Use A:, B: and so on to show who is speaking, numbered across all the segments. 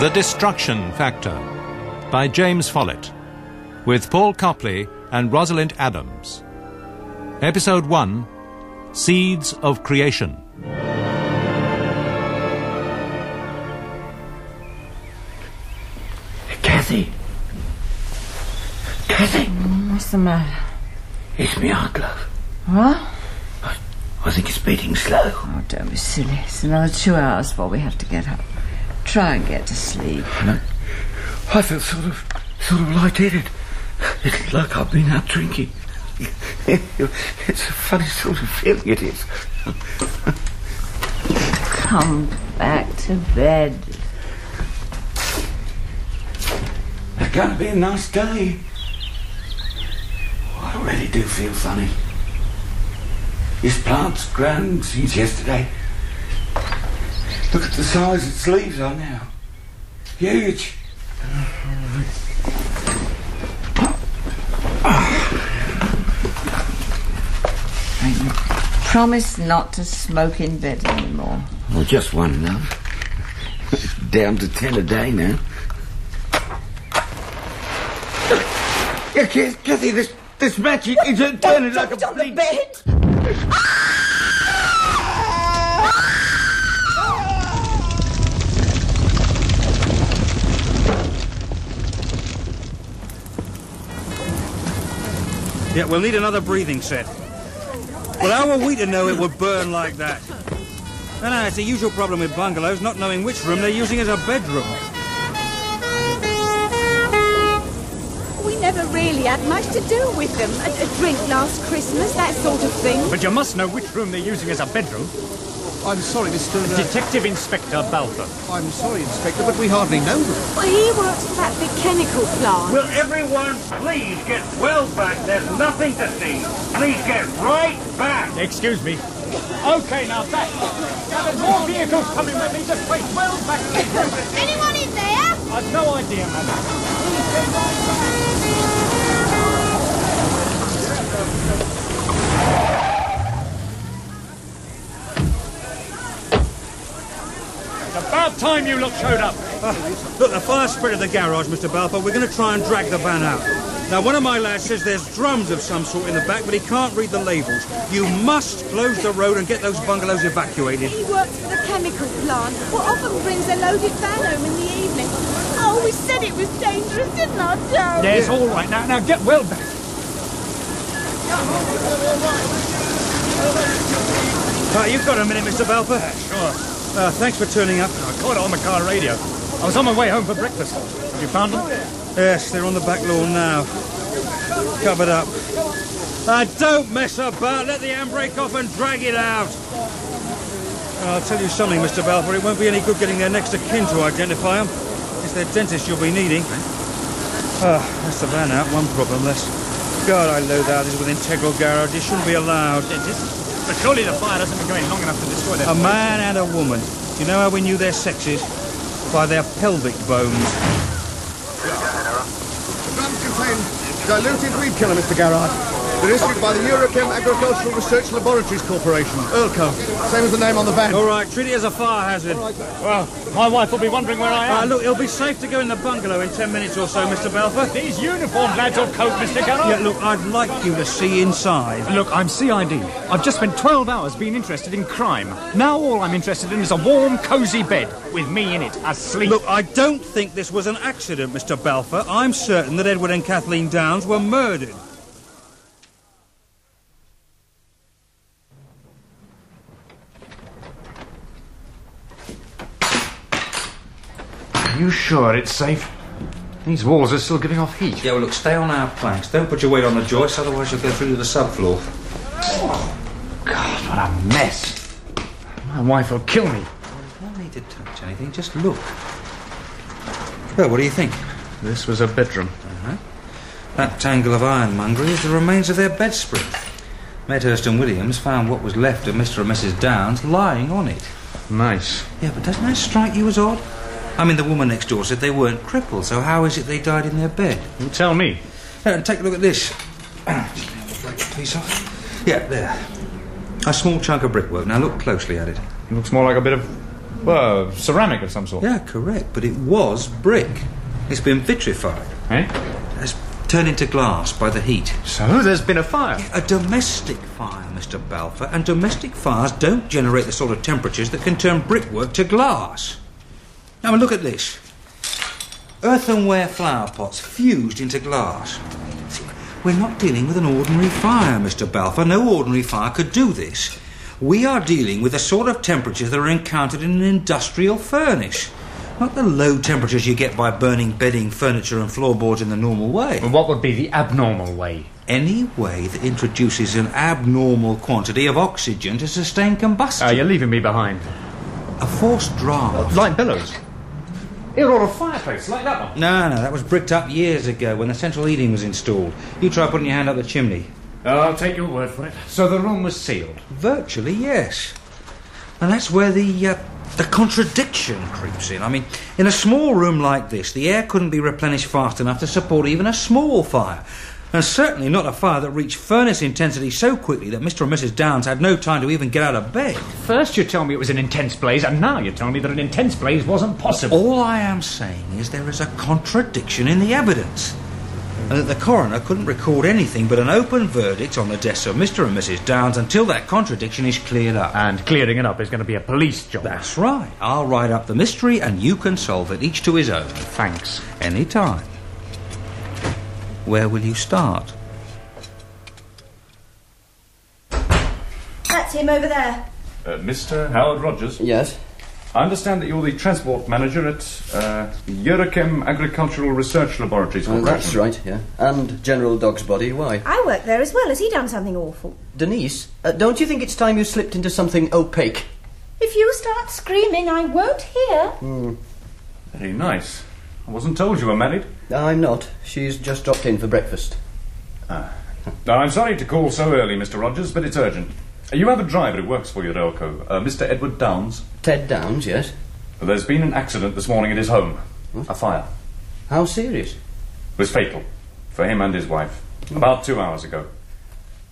A: The Destruction Factor by James Follett with Paul Copley and Rosalind Adams. Episode 1 Seeds of Creation.
B: Kathy! Kathy!
C: What's the matter?
B: It's me eye glove.
C: What?
B: I think it's beating slow.
C: Oh, don't be silly. It's another two hours before we have to get up. Try and get to sleep.
B: I feel sort of, sort of light-headed. It's like I've been out drinking. it's a funny sort of feeling it is.
C: Come back to bed.
B: It's going to be a nice day. I really do feel funny. This plant's grown since yesterday. Look at the size its leaves are now. Huge.
C: Promise not to smoke in bed anymore.
B: Well, just one love. Down to ten a day now. Yeah, Kath- Kathy, this this match is is turning like a
C: the bed?
D: Yeah, we'll need another breathing set. Well, how were we to know it would burn like that? No, no, it's the usual problem with bungalows, not knowing which room they're using as a bedroom.
E: We never really had much to do with them. A, a drink last Christmas, that sort of thing.
F: But you must know which room they're using as a bedroom.
G: I'm sorry, Mr. uh,
F: Detective Inspector Balfour.
G: I'm sorry, Inspector, but we hardly know them.
E: Well, he works for that big chemical plant.
H: Will everyone please get well back? There's nothing to see. Please get right back.
F: Excuse me. Okay, now back. Now there's more vehicles coming with me. Just wait well back.
E: Anyone in there?
F: I've no idea, man. It's about time you lot showed up.
D: Ah, Look, the fire spread at the garage, Mr. Balfour. We're going to try and drag the van out. Now, one of my lads says there's drums of some sort in the back, but he can't read the labels. You must close the road and get those bungalows evacuated.
E: He works for the chemical plant. Well, often brings a loaded van home in the evening. Oh, we said it was dangerous, didn't I, Joe?
F: Yes, all right. Now, now get well back.
D: Uh, you've got a minute, Mr. Balfour?
F: Sure.
D: Uh, thanks for turning up.
F: I caught it on the car radio. I was on my way home for breakfast. Have you found them?
D: Yes, they're on the back lawn now. Covered up. Uh, don't mess about. Let the handbrake off and drag it out. I'll tell you something, Mr. Balfour. It won't be any good getting their next of kin to identify them. It's their dentist you'll be needing. Ah, that's the van out. One problem less. God, I loathe houses with integral garages. Shouldn't be allowed.
F: Dentist. But surely the fire hasn't been going long enough to destroy
D: A
F: them.
D: man and a woman. You know how we knew their sexes? By their pelvic bones.
G: Rum contained diluted weed killer, Mr. Garrard. They're issued by the Eurochem Agricultural Research Laboratories Corporation, ERLCO. Same as the name on the van.
D: All right, treat it as a fire hazard.
F: Well, my wife will be wondering where I am.
D: Uh, look, it'll be safe to go in the bungalow in ten minutes or so, Mr. Balfour.
F: These uniformed lads all coat, Mr.
D: Yeah,
F: Garrard.
D: look, I'd like you to see inside.
F: Look, I'm CID. I've just spent 12 hours being interested in crime. Now all I'm interested in is a warm, cosy bed with me in it, asleep.
D: Look, I don't think this was an accident, Mr. Balfour. I'm certain that Edward and Kathleen Downs were murdered.
I: Are you sure it's safe? These walls are still giving off heat.
D: Yeah, well, look, stay on our planks. Don't put your weight on the joists, otherwise you'll go through to the subfloor.
I: What a mess. My wife will kill me.
D: You don't need to touch anything, just look. Well, what do you think? Uh-huh.
I: This was a bedroom.
D: That tangle of ironmongery is the remains of their bedspread. Medhurst and Williams found what was left of Mr. and Mrs. Downs lying on it.
I: Nice.
D: Yeah, but doesn't that strike you as odd? I mean, the woman next door said they weren't crippled, so how is it they died in their bed?
I: You tell me.
D: Yeah, and take a look at this. Just gonna have to break the piece off. Yeah, there. A small chunk of brickwork. Now look closely at it.
I: It looks more like a bit of
F: Well, ceramic of some sort.
D: Yeah, correct, but it was brick. It's been vitrified.
F: Eh?
D: It's turned into glass by the heat.
F: So there's been a fire.
D: A domestic fire, Mr. Balfour, and domestic fires don't generate the sort of temperatures that can turn brickwork to glass. Now, look at this earthenware flower pots fused into glass. See, We're not dealing with an ordinary fire, Mr. Balfour. No ordinary fire could do this. We are dealing with the sort of temperatures that are encountered in an industrial furnace. Not the low temperatures you get by burning bedding, furniture, and floorboards in the normal way.
F: What would be the abnormal way?
D: Any way that introduces an abnormal quantity of oxygen to sustain combustion.
F: Ah, you're leaving me behind.
D: A forced draft.
F: Like bellows. It'll order a fireplace like that one.
D: No, no, that was bricked up years ago when the central heating was installed. You try putting your hand up the chimney.
F: I'll take your word for it. So the room was sealed.
D: Virtually, yes. And that's where the uh, the contradiction creeps in. I mean, in a small room like this, the air couldn't be replenished fast enough to support even a small fire. And certainly not a fire that reached furnace intensity so quickly that Mr. and Mrs. Downs had no time to even get out of bed.
F: First you tell me it was an intense blaze, and now you tell me that an intense blaze wasn't possible.
D: All I am saying is there is a contradiction in the evidence. And that the coroner couldn't record anything but an open verdict on the deaths of Mr. and Mrs. Downs until that contradiction is cleared up.
F: And clearing it up is going to be a police job.
D: That's right. I'll write up the mystery and you can solve it, each to his own.
F: Thanks.
D: Any time. Where will you start?
E: That's him over there.
A: Uh, Mr. Howard Rogers,
J: Yes.
A: I understand that you're the transport manager at uh, Eurochem Agricultural Research Laboratories
J: Uh,
A: Corporation.
J: that's right, yeah. And General Dog's body, why?
E: I work there as well. Has he done something awful?
J: Denise, uh, don't you think it's time you slipped into something opaque?
E: If you start screaming, I won't hear.
A: Very nice. I wasn't told you were married.
J: I'm not. She's just dropped in for breakfast.
A: I'm sorry to call so early, Mr. Rogers, but it's urgent. Uh, You have a driver who works for you, Elco, uh, Mr. Edward Downs.
J: Ted Downs, yes.
A: Well, There's been an accident this morning at his home. A fire.
J: How serious?
A: It was fatal for him and his wife about two hours ago.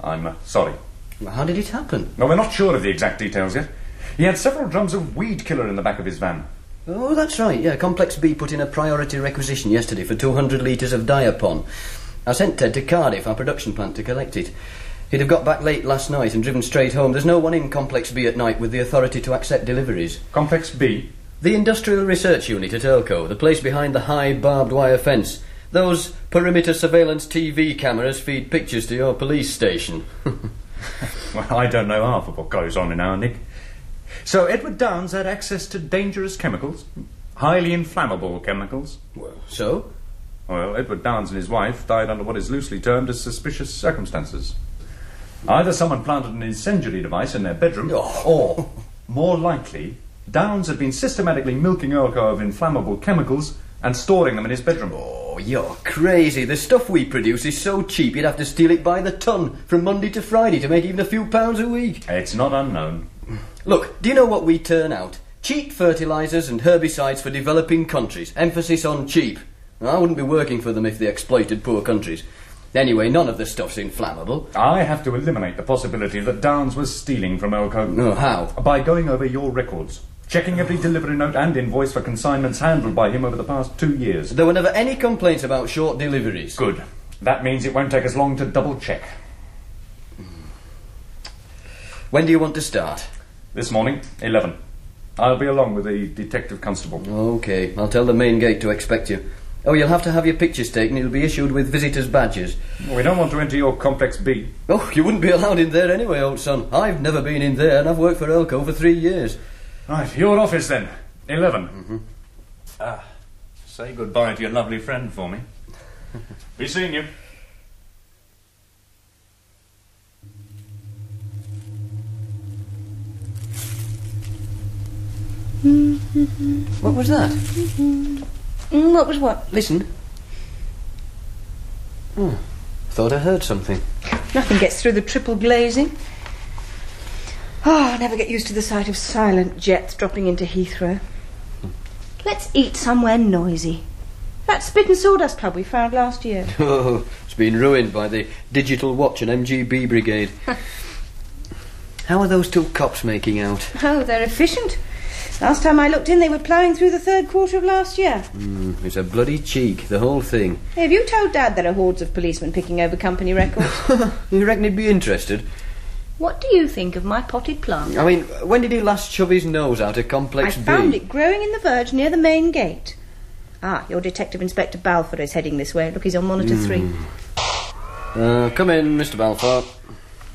A: I'm uh, sorry.
J: Well, How did it happen?
A: Well, we're not sure of the exact details yet. He had several drums of weed killer in the back of his van.
J: Oh, that's right, yeah. Complex B put in a priority requisition yesterday for 200 litres of diapon. I sent Ted to Cardiff, our production plant, to collect it. He'd have got back late last night and driven straight home. There's no one in Complex B at night with the authority to accept deliveries.
A: Complex B.
J: The Industrial Research Unit at Elco, the place behind the high barbed wire fence. Those perimeter surveillance TV cameras feed pictures to your police station.
A: Well, I don't know half of what goes on in our nick. So Edward Downs had access to dangerous chemicals, highly inflammable chemicals.
J: Well, so?
A: Well, Edward Downs and his wife died under what is loosely termed as suspicious circumstances. Either someone planted an incendiary device in their
J: Oh,
A: bedroom, or, more likely, Downs had been systematically milking Urco of inflammable chemicals and storing them in his bedroom.
J: Oh, you're crazy. The stuff we produce is so cheap you'd have to steal it by the ton from Monday to Friday to make even a few pounds a week.
A: It's not unknown.
J: Look, do you know what we turn out? Cheap fertilisers and herbicides for developing countries. Emphasis on cheap. I wouldn't be working for them if they exploited poor countries. Anyway, none of the stuff's inflammable.
A: I have to eliminate the possibility that Downs was stealing from Elko.
J: No, how?
A: By going over your records, checking every delivery note and invoice for consignments handled by him over the past two years.
J: There were never any complaints about short deliveries.
A: Good. That means it won't take us long to double check.
J: When do you want to start?
A: This morning, 11. I'll be along with the detective constable.
J: Okay, I'll tell the main gate to expect you. Oh, you'll have to have your pictures taken. It'll be issued with visitors' badges.
A: We don't want to enter your complex B.
J: Oh, you wouldn't be allowed in there anyway, old son. I've never been in there, and I've worked for Elco for three years.
A: Right, your office then. 11. Mm-hmm. Ah, say goodbye to your lovely friend for me. be seeing you.
J: What was that?
E: Mm, What was what?
J: Listen. Hmm, Thought I heard something.
E: Nothing gets through the triple glazing. Oh, I never get used to the sight of silent jets dropping into Heathrow. Let's eat somewhere noisy. That spit and sawdust club we found last year.
J: Oh, it's been ruined by the digital watch and MGB brigade. How are those two cops making out?
E: Oh, they're efficient.
C: Last time I looked in, they were ploughing through the third quarter of last year.
J: Mm, it's a bloody cheek, the whole thing.
C: Hey, have you told Dad there are hordes of policemen picking over company records?
J: You reckon he'd be interested?
C: what do you think of my potted plant?
J: I mean, when did he last shove his nose out of Complex
C: I
J: B?
C: found it growing in the verge near the main gate. Ah, your detective inspector Balfour is heading this way. Look, he's on monitor three.
J: Uh, come in, Mr. Balfour.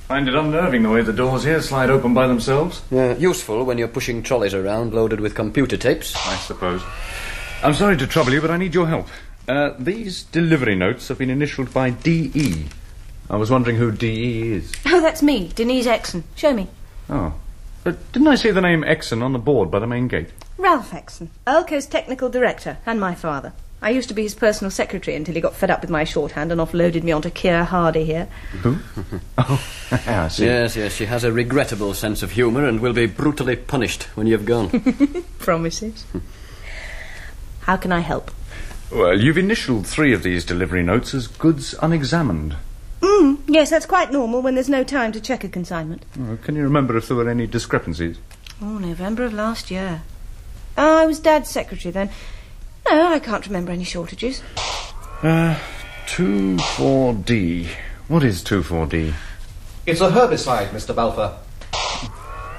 A: Find it unnerving the way the doors here slide open by themselves.
J: Yeah, useful when you're pushing trolleys around loaded with computer tapes.
A: I suppose. I'm sorry to trouble you, but I need your help. Uh, these delivery notes have been initialed by E. D.E. I was wondering who D.E. is.
C: Oh, that's me, Denise Exon. Show me.
A: Oh. But didn't I see the name Exon on the board by the main gate?
C: Ralph Exon, Elco's technical director and my father. I used to be his personal secretary until he got fed up with my shorthand and offloaded me onto Keir Hardy here.
J: Who?
A: I see.
J: Yes, yes, she has a regrettable sense of humour and will be brutally punished when you've gone.
C: Promises. How can I help?
A: Well, you've initialed three of these delivery notes as goods unexamined.
C: Mm, yes, that's quite normal when there's no time to check a consignment.
A: Oh, can you remember if there were any discrepancies?
C: Oh, November of last year. Oh, I was Dad's secretary then. No, I can't remember any shortages.
A: Uh, 24D. What is 24D?
G: It's a herbicide, Mr. Balfour.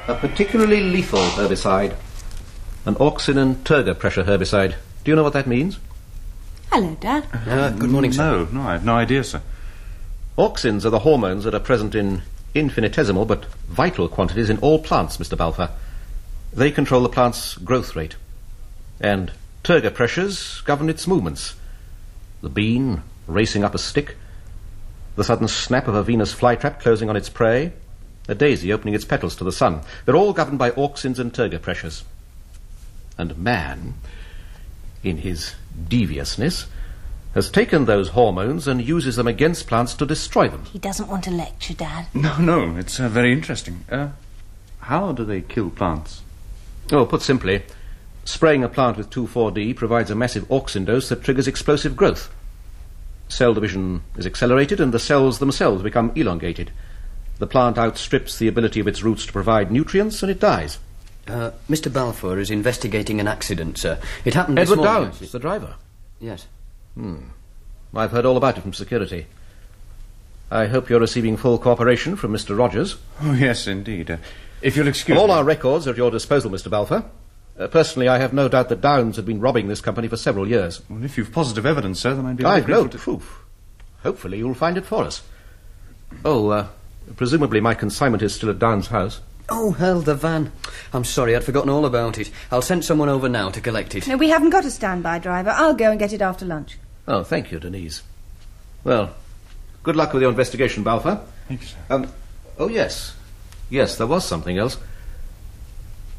G: A particularly lethal herbicide. An auxinin turgor pressure herbicide. Do you know what that means?
C: Hello, Dad.
G: Uh, good morning, sir.
A: No, no, I have no idea, sir.
G: Auxins are the hormones that are present in infinitesimal but vital quantities in all plants, Mr. Balfour. They control the plant's growth rate. And turgor pressures govern its movements. The bean racing up a stick, the sudden snap of a Venus flytrap closing on its prey, a daisy opening its petals to the sun. They're all governed by auxins and turgor pressures. And man, in his deviousness, has taken those hormones and uses them against plants to destroy them.
E: He doesn't want to lecture, Dad.
A: No, no, it's uh, very interesting. Uh, how do they kill plants?
G: Oh, put simply, spraying a plant with 2,4-D provides a massive auxin dose that triggers explosive growth. Cell division is accelerated and the cells themselves become elongated. The plant outstrips the ability of its roots to provide nutrients and it dies.
J: Uh, Mr. Balfour is investigating an accident, sir. It happened this
G: Edward
J: morning.
G: Downes is the driver.
J: Yes.
G: Hmm. I've heard all about it from security. I hope you're receiving full cooperation from Mr. Rogers.
A: Oh, yes, indeed. Uh, if you'll excuse
G: all
A: me.
G: our records are at your disposal, Mr. Balfour. Uh, personally, I have no doubt that Downs had been robbing this company for several years.
A: Well, if you've positive evidence, sir, then I'd be very
G: I've no
A: grateful to-
G: proof. Hopefully, you'll find it for us. Oh, uh, presumably my consignment is still at Downs' house.
J: Oh, hell, the van. I'm sorry, I'd forgotten all about it. I'll send someone over now to collect it.
C: No, we haven't got a standby driver. I'll go and get it after lunch.
G: Oh, thank you, Denise. Well, good luck with your investigation, Balfour.
A: Thank you, sir.
G: Um, oh, yes. Yes, there was something else.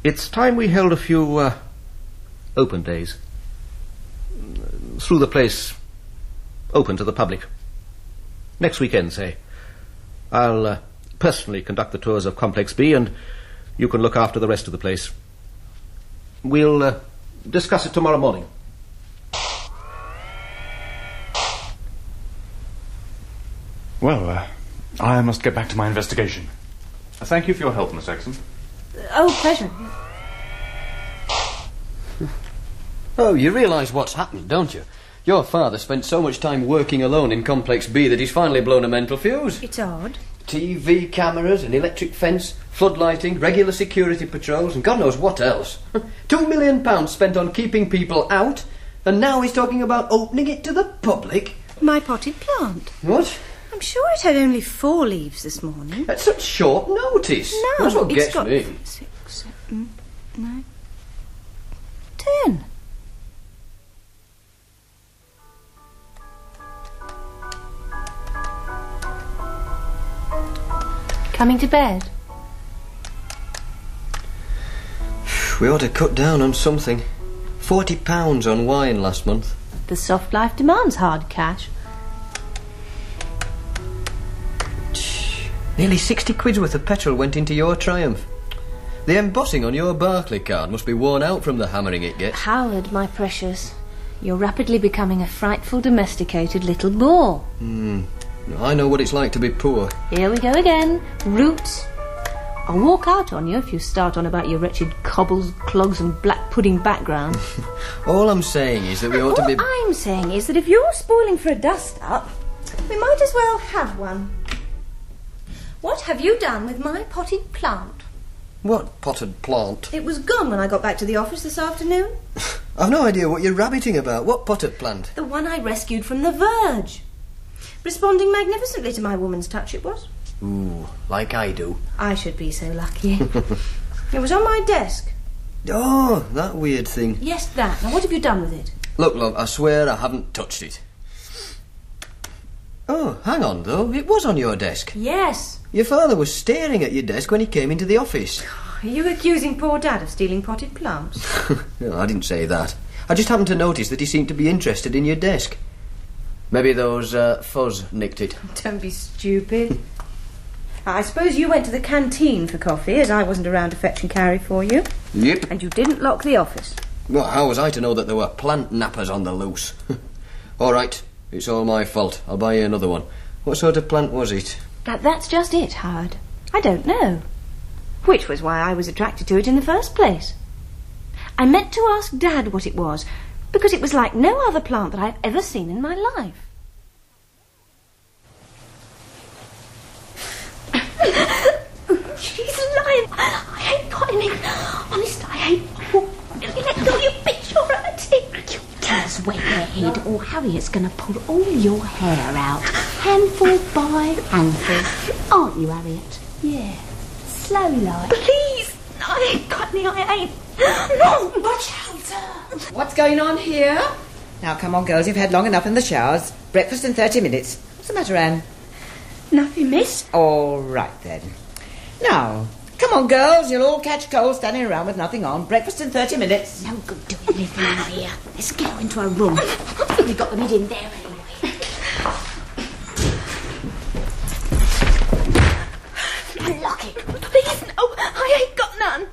G: It's time we held a few uh, open days. Mm, Through the place, open to the public. Next weekend, say. I'll uh, personally conduct the tours of Complex B, and you can look after the rest of the place. We'll uh, discuss it tomorrow morning.
A: Well, uh, I must get back to my investigation. Uh, Thank you for your help, Miss Exon.
C: Oh, pleasure.
J: Oh, you realise what's happened, don't you? Your father spent so much time working alone in Complex B that he's finally blown a mental fuse.
C: It's odd.
J: TV cameras, an electric fence, floodlighting, regular security patrols, and God knows what else. Two million pounds spent on keeping people out, and now he's talking about opening it to the public.
C: My potted plant.
J: What?
C: I'm sure it had only four leaves this morning.
J: At such short notice.
C: No,
J: That's what
C: it's
J: gets
C: got
J: me.
C: six, seven, nine, ten.
E: Coming to bed?
J: We ought to cut down on something. Forty pounds on wine last month.
E: The soft life demands hard cash.
J: Nearly sixty quid's worth of petrol went into your triumph. The embossing on your Barclay card must be worn out from the hammering it gets.
E: Howard, my precious, you're rapidly becoming a frightful domesticated little boar.
J: Hmm. I know what it's like to be poor.
E: Here we go again. Roots. I'll walk out on you if you start on about your wretched cobbles, clogs, and black pudding background.
J: All I'm saying is that we ought to be.
E: What I'm saying is that if you're spoiling for a dust up,
C: We might as well have one. What have you done with my potted plant?
J: What potted plant?
C: It was gone when I got back to the office this afternoon.
J: I've no idea what you're rabbiting about. What potted plant?
C: The one I rescued from the verge. Responding magnificently to my woman's touch, it was.
J: Ooh, like I do.
C: I should be so lucky. it was on my desk.
J: oh, that weird thing.
E: yes, that. Now, what have you done with it?
J: Look, love, I swear I haven't touched it. Oh, hang on though. It was on your desk.
C: Yes.
J: Your father was staring at your desk when he came into the office.
C: Are you accusing poor Dad of stealing potted plants?
J: No, I didn't say that. I just happened to notice that he seemed to be interested in your desk. Maybe those uh, fuzz nicked it.
C: Don't be stupid. I suppose you went to the canteen for coffee, as I wasn't around to fetch and carry for you.
J: Yep.
C: And you didn't lock the office.
J: Well, how was I to know that there were plant nappers on the loose? all right, it's all my fault. I'll buy you another one. What sort of plant was it?
E: That, that's just it, Howard. I don't know. Which was why I was attracted to it in the first place. I meant to ask Dad what it was, because it was like no other plant that I've ever seen in my life.
K: She's lying. I hate cottoning. Honest, I hate. Really let go, you bitch. You're a tick. You
E: Just wet your head, or Harriet's going to pull all your hair out, handful by handful. Aren't you, Harriet? Yeah. Slow like.
K: Please. I hate cottoning. I hate. No, watch out.
L: What's going on here? Now, come on, girls, you've had long enough in the showers. Breakfast in 30 minutes. What's the matter, Anne?
K: Nothing, miss.
L: All right, then. Now, come on, girls, you'll all catch cold standing around with nothing on. Breakfast in 30 minutes.
E: No good doing anything out here. Let's get her into her room. We've got the mid in there anyway.
K: Unlock it. Please, no.
M: Oh,
K: I ain't got none.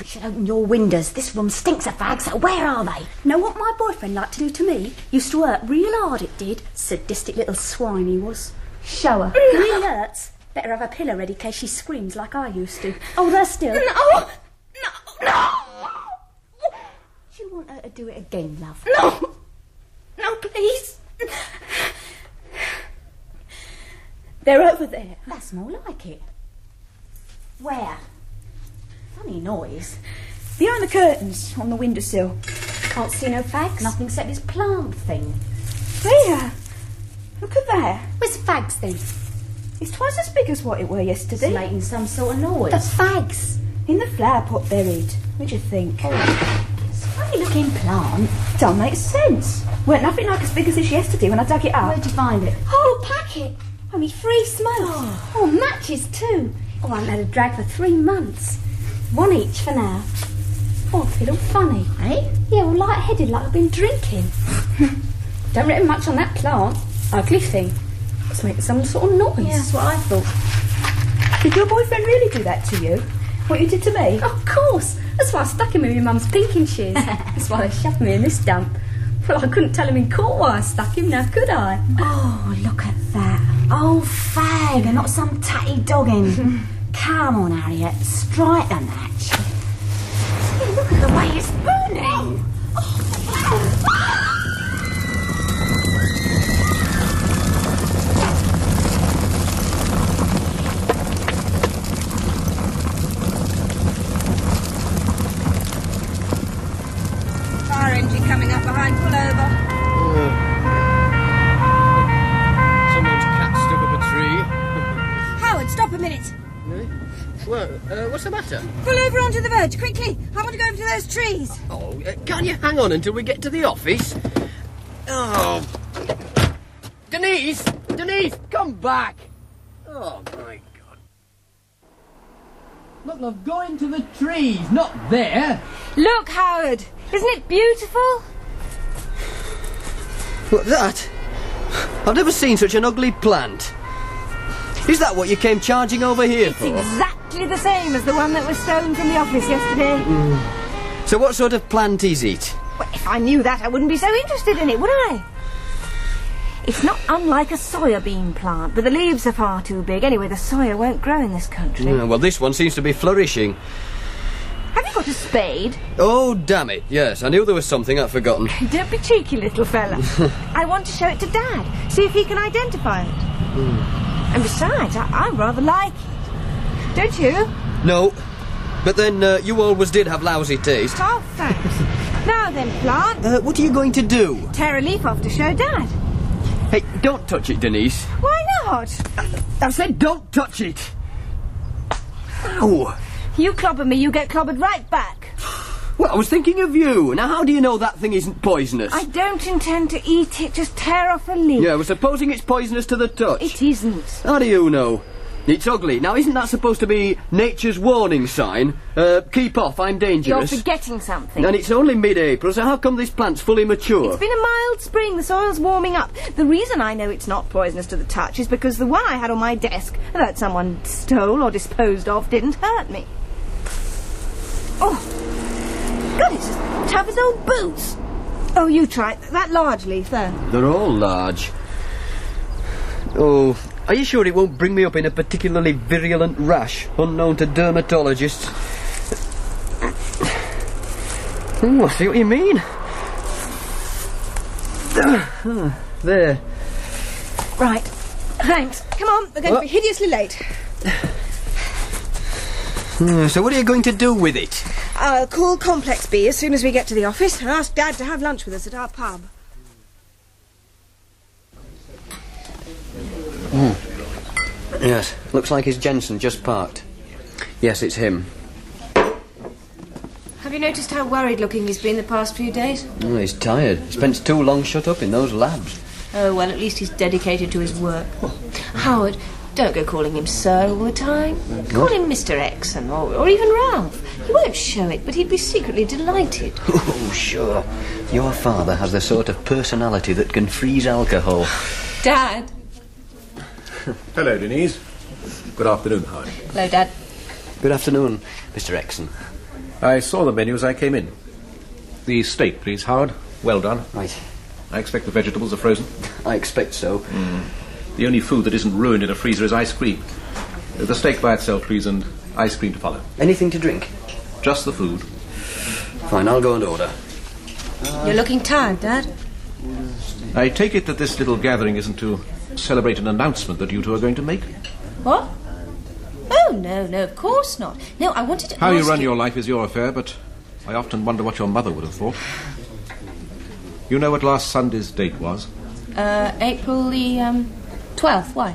E: You should open your windows. This room stinks of fags. so Where are they?
M: Know what my boyfriend liked to do to me? Used to work real hard, it did. Sadistic little swine he was. Show her. really hurts. Better have a pillow ready in case she screams like I used to. Oh, there still.
K: No.
E: Do you want her to do it again, love?
K: No. No, please. They're over there.
E: That's more like it. Where? Funny noise.
M: Behind the curtains on the windowsill. Can't see no fags.
E: Nothing except this plant thing.
M: There. Look at there.
E: Where's the fags then?
M: It's twice as big as what it were yesterday.
E: It's making some sort of noise.
M: The fags. In the flower pot buried. What'd you think?
E: It's a funny looking plant.
M: Don't make sense. Weren't nothing like as big as this yesterday when I dug it up.
E: Where'd you find it?
M: Whole packet.
K: Only three smokes. Oh. matches too. Oh, I haven't had a drag for three months. One each for now. Oh, I feel all funny. Eh? Yeah, all light-headed like I've been drinking. Don't reckon much on that plant. Ugly thing. It's making some sort of noise.
M: Yeah, that's what I thought. Did your boyfriend really do that to you? What you did to me?
K: Of course. That's why I stuck him in my mum's pinking shears. That's why they shoved me in this dump. Well, I couldn't tell him in court why I stuck him, now could I?
E: Oh, look at that. Oh, fag, and not some tatty dogging. Come on, Harriet, strike a match. Hey, look at the way it's burning.
C: Fire engine coming up behind, pull over.
N: Someone's cat stuck up a tree.
C: Howard, stop a minute.
J: Well, uh, what's the matter?
C: Pull over onto the verge, quickly. I want to go over to those trees.
J: Oh, uh, can you hang on until we get to the office? Oh. Denise! Denise, come back! Oh, my God. Look, love, go into the trees, not there.
C: Look, Howard. Isn't it beautiful?
J: What, that? I've never seen such an ugly plant. Is that what you came charging over here for?
C: Exactly the same as the one that was stolen from the office yesterday.
J: So, what sort of plant is it?
C: If I knew that, I wouldn't be so interested in it, would I?
E: It's not unlike a soya bean plant, but the leaves are far too big. Anyway, the soya won't grow in this country.
J: Yeah, Hmm, well, this one seems to be flourishing.
E: Have you got a spade?
J: Oh, damn it. Yes, I knew there was something I'd forgotten.
E: Don't be cheeky, little fella. I want to show it to Dad, see if he can identify it. And besides, I, I rather like it. Don't you?
J: No. But then, uh, you always did have lousy taste.
E: Oh, thanks. now then, plant,
J: Uh, what are you going to do?
E: tear a leaf off to show Dad.
J: Hey, don't touch it, Denise.
E: Why not?
J: I said don't touch it! Ow!
E: You clobber me, you get clobbered right back.
J: Well, I was thinking of you. Now, how do you know that thing isn't poisonous?
E: I don't intend to eat it, just tear off a leaf.
J: Yeah, we're supposing it's poisonous to the touch.
E: It isn't.
J: How do you know? It's ugly. Now, isn't that supposed to be nature's warning sign? Uh, keep off, I'm
E: You're
J: dangerous.
E: forgetting something.
J: And it's only mid-April, so how come this plant's fully mature?
E: It's been a mild spring. The soil's warming up. The reason I know it's not poisonous to the touch is because the one I had on my desk that someone stole or disposed of didn't hurt me. Oh, God, it's as tough as old boots. Oh, you try it. That large leaf there.
J: They're all large. Oh, are you sure it won't bring me up in a particularly virulent rash, unknown to dermatologists? Oh, I see what you mean. Ah, There.
E: Right. Thanks. Come on, we're going to be hideously late.
J: Hmm, So what are you going to do with it?
E: I'll call Complex B as soon as we get to the office and ask Dad to have lunch with us at our pub.
J: Yes, looks like his Jensen just parked. Yes, it's him.
E: Have you noticed how worried looking he's been the past few days?
J: Oh, he's tired. He spends too long shut up in those labs.
E: Oh, well, at least he's dedicated to his work. Howard, don't go calling him Sir all the time. Call him Mr. Exon or, or even Ralph. He won't show it, but he'd be secretly delighted.
J: Oh, sure. Your father has the sort of personality that can freeze alcohol.
E: Dad.
G: Hello, Denise. Good afternoon, Howard.
E: Hello, Dad.
J: Good afternoon, Mr. Exon.
G: I saw the menu as I came in. The steak, please, Howard. Well done.
J: Right.
G: I expect the vegetables are frozen.
J: I expect so.
G: The only food that isn't ruined in a freezer is ice cream. Uh, The steak by itself, please, and ice cream to follow.
J: Anything to drink?
G: Just the food.
J: Fine, I'll go and order.
E: You're looking tired, Dad.
G: I take it that this little gathering isn't to celebrate an announcement that you two are going to make.
E: What? Oh, no, no, of course not. No, I wanted to
G: How you
E: ask
G: run your life is your affair, but I often wonder what your mother would have thought. You know what last Sunday's date was?
E: Uh, April the um, 12th. Why?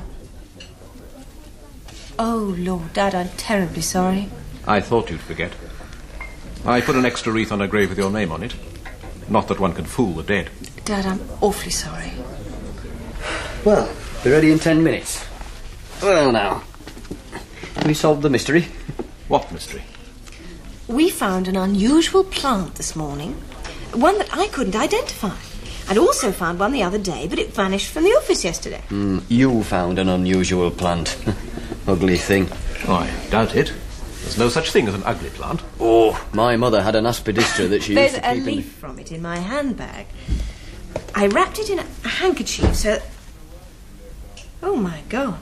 E: Oh, Lord, Dad, I'm terribly sorry.
G: I thought you'd forget. I put an extra wreath on her grave with your name on it. Not that one can fool the dead.
E: Dad, I'm awfully sorry.
J: Well, be ready in ten minutes. Well, now. Have you solved the mystery?
G: What mystery?
E: We found an unusual plant this morning, one that I couldn't identify. I'd also found one the other day, but it vanished from the office yesterday.
J: Hmm, you found an unusual plant. ugly thing.
G: I doubt it. There's no such thing as an ugly plant.
J: Oh, my mother had an aspidistra that she
E: There's
J: used to
E: a
J: keep in...
E: leaf from it in my handbag. I wrapped it in a a handkerchief so. Oh my god.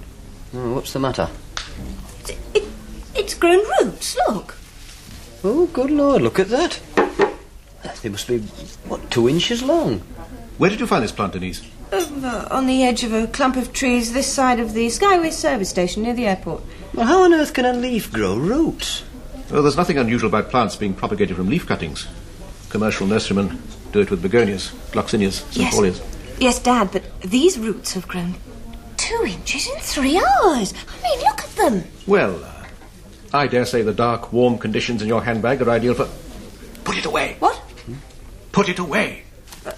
J: Oh, what's the matter?
E: It's grown roots, look.
J: Oh, good lord, look at that. It must be, what, two inches long?
G: Where did you find this plant, Denise?
E: Over Oh, uh, on the edge of a clump of trees this side of the Skyway service station near the airport.
J: Well, how on earth can a leaf grow roots?
G: Well, Oh, there's nothing unusual about plants being propagated from leaf cuttings. Commercial nurserymen do it with begonias, gloxinias, St.
E: Yes.
G: Paulias.
E: Yes, Dad, but these roots have grown two inches in three hours. I mean, look at them.
G: Well, uh, I dare say the dark, warm conditions in your handbag are ideal for. Put it away!
E: What?
G: Put it away! Uh,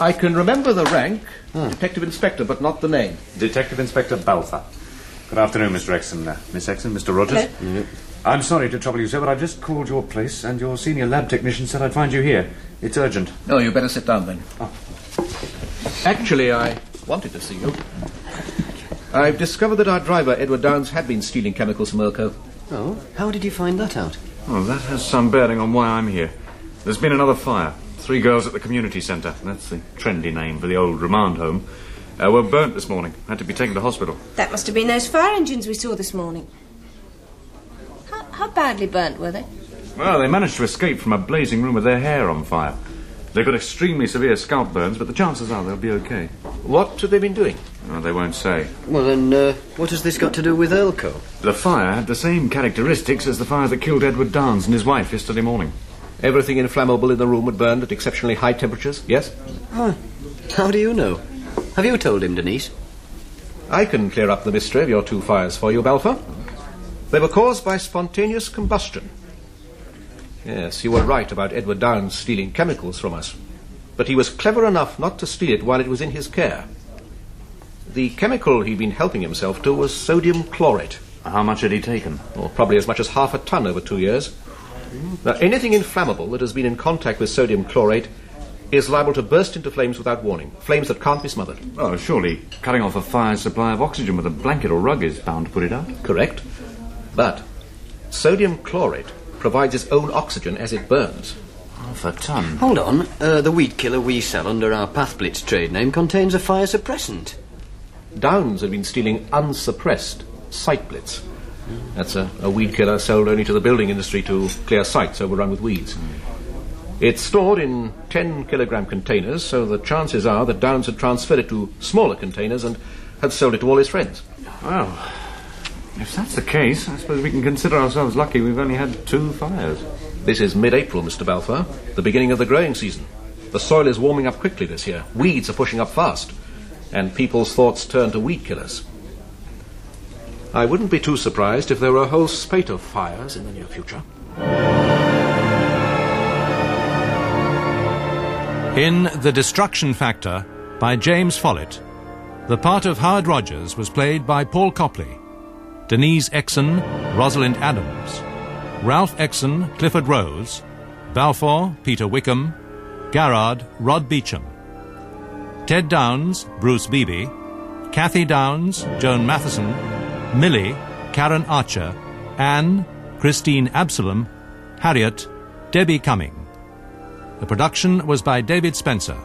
G: I can remember the rank, Detective Inspector, but not the name.
A: Detective Inspector Balfour. Good afternoon, Mr. Exon. Uh, Miss Exon, Mr. Rogers. I'm sorry to trouble you, sir, but I've just called your place, and your senior lab technician said I'd find you here. It's urgent.
G: Oh, you better sit down then. Actually, I wanted to see you. I've discovered that our driver, Edward Downs, had been stealing chemicals from Elko.
J: Oh, how did you find that out?
F: Oh, that has some bearing on why I'm here. There's been another fire. Three girls at the community centre. That's the trendy name for the old remand home. Uh, were burnt this morning. Had to be taken to hospital.
C: That must have been those fire engines we saw this morning. How, how badly burnt were they?
F: Well, they managed to escape from a blazing room with their hair on fire. They've got extremely severe scalp burns, but the chances are they'll be okay. What have they been doing? they won't say.
J: Well, then, uh, what has this got to do with Elco?
F: The fire had the same characteristics as the fire that killed Edward Downs and his wife yesterday morning.
G: Everything inflammable in the room had burned at exceptionally high temperatures, yes?
J: Ah, how do you know? Have you told him, Denise?
G: I can clear up the mystery of your two fires for you, Balfour. They were caused by spontaneous combustion. Yes, you were right about Edward Downes stealing chemicals from us. But he was clever enough not to steal it while it was in his care. The chemical he'd been helping himself to was sodium chlorate.
F: How much had he taken?
G: Well, probably as much as half a ton over two years. Now, anything inflammable that has been in contact with sodium chlorate is liable to burst into flames without warning, flames that can't be smothered.
F: Well, surely cutting off a fire supply of oxygen with a blanket or rug is bound to put it out.
G: Correct. But sodium chlorate provides its own oxygen as it burns.
F: Half a ton.
J: Hold on. Uh, the weed killer we sell under our Pathblitz trade name contains a fire suppressant.
G: Downs had been stealing unsuppressed site blitz. That's a, a weed killer sold only to the building industry to clear sites overrun with weeds. It's stored in 10 kilogram containers, so the chances are that Downs had transferred it to smaller containers and had sold it to all his friends.
F: Well, if that's the case, I suppose we can consider ourselves lucky we've only had two fires.
G: This is mid April, Mr. Balfour, the beginning of the growing season. The soil is warming up quickly this year, weeds are pushing up fast, and people's thoughts turn to weed killers. I wouldn't be too surprised if there were a whole spate of fires in the near future.
A: In The Destruction Factor by James Follett, the part of Howard Rogers was played by Paul Copley, Denise Exon, Rosalind Adams, Ralph Exon, Clifford Rose, Balfour, Peter Wickham, Garrard, Rod Beecham, Ted Downs, Bruce Beebe, Kathy Downs, Joan Matheson, Millie, Karen Archer, Anne, Christine Absalom, Harriet, Debbie Cumming. The production was by David Spencer.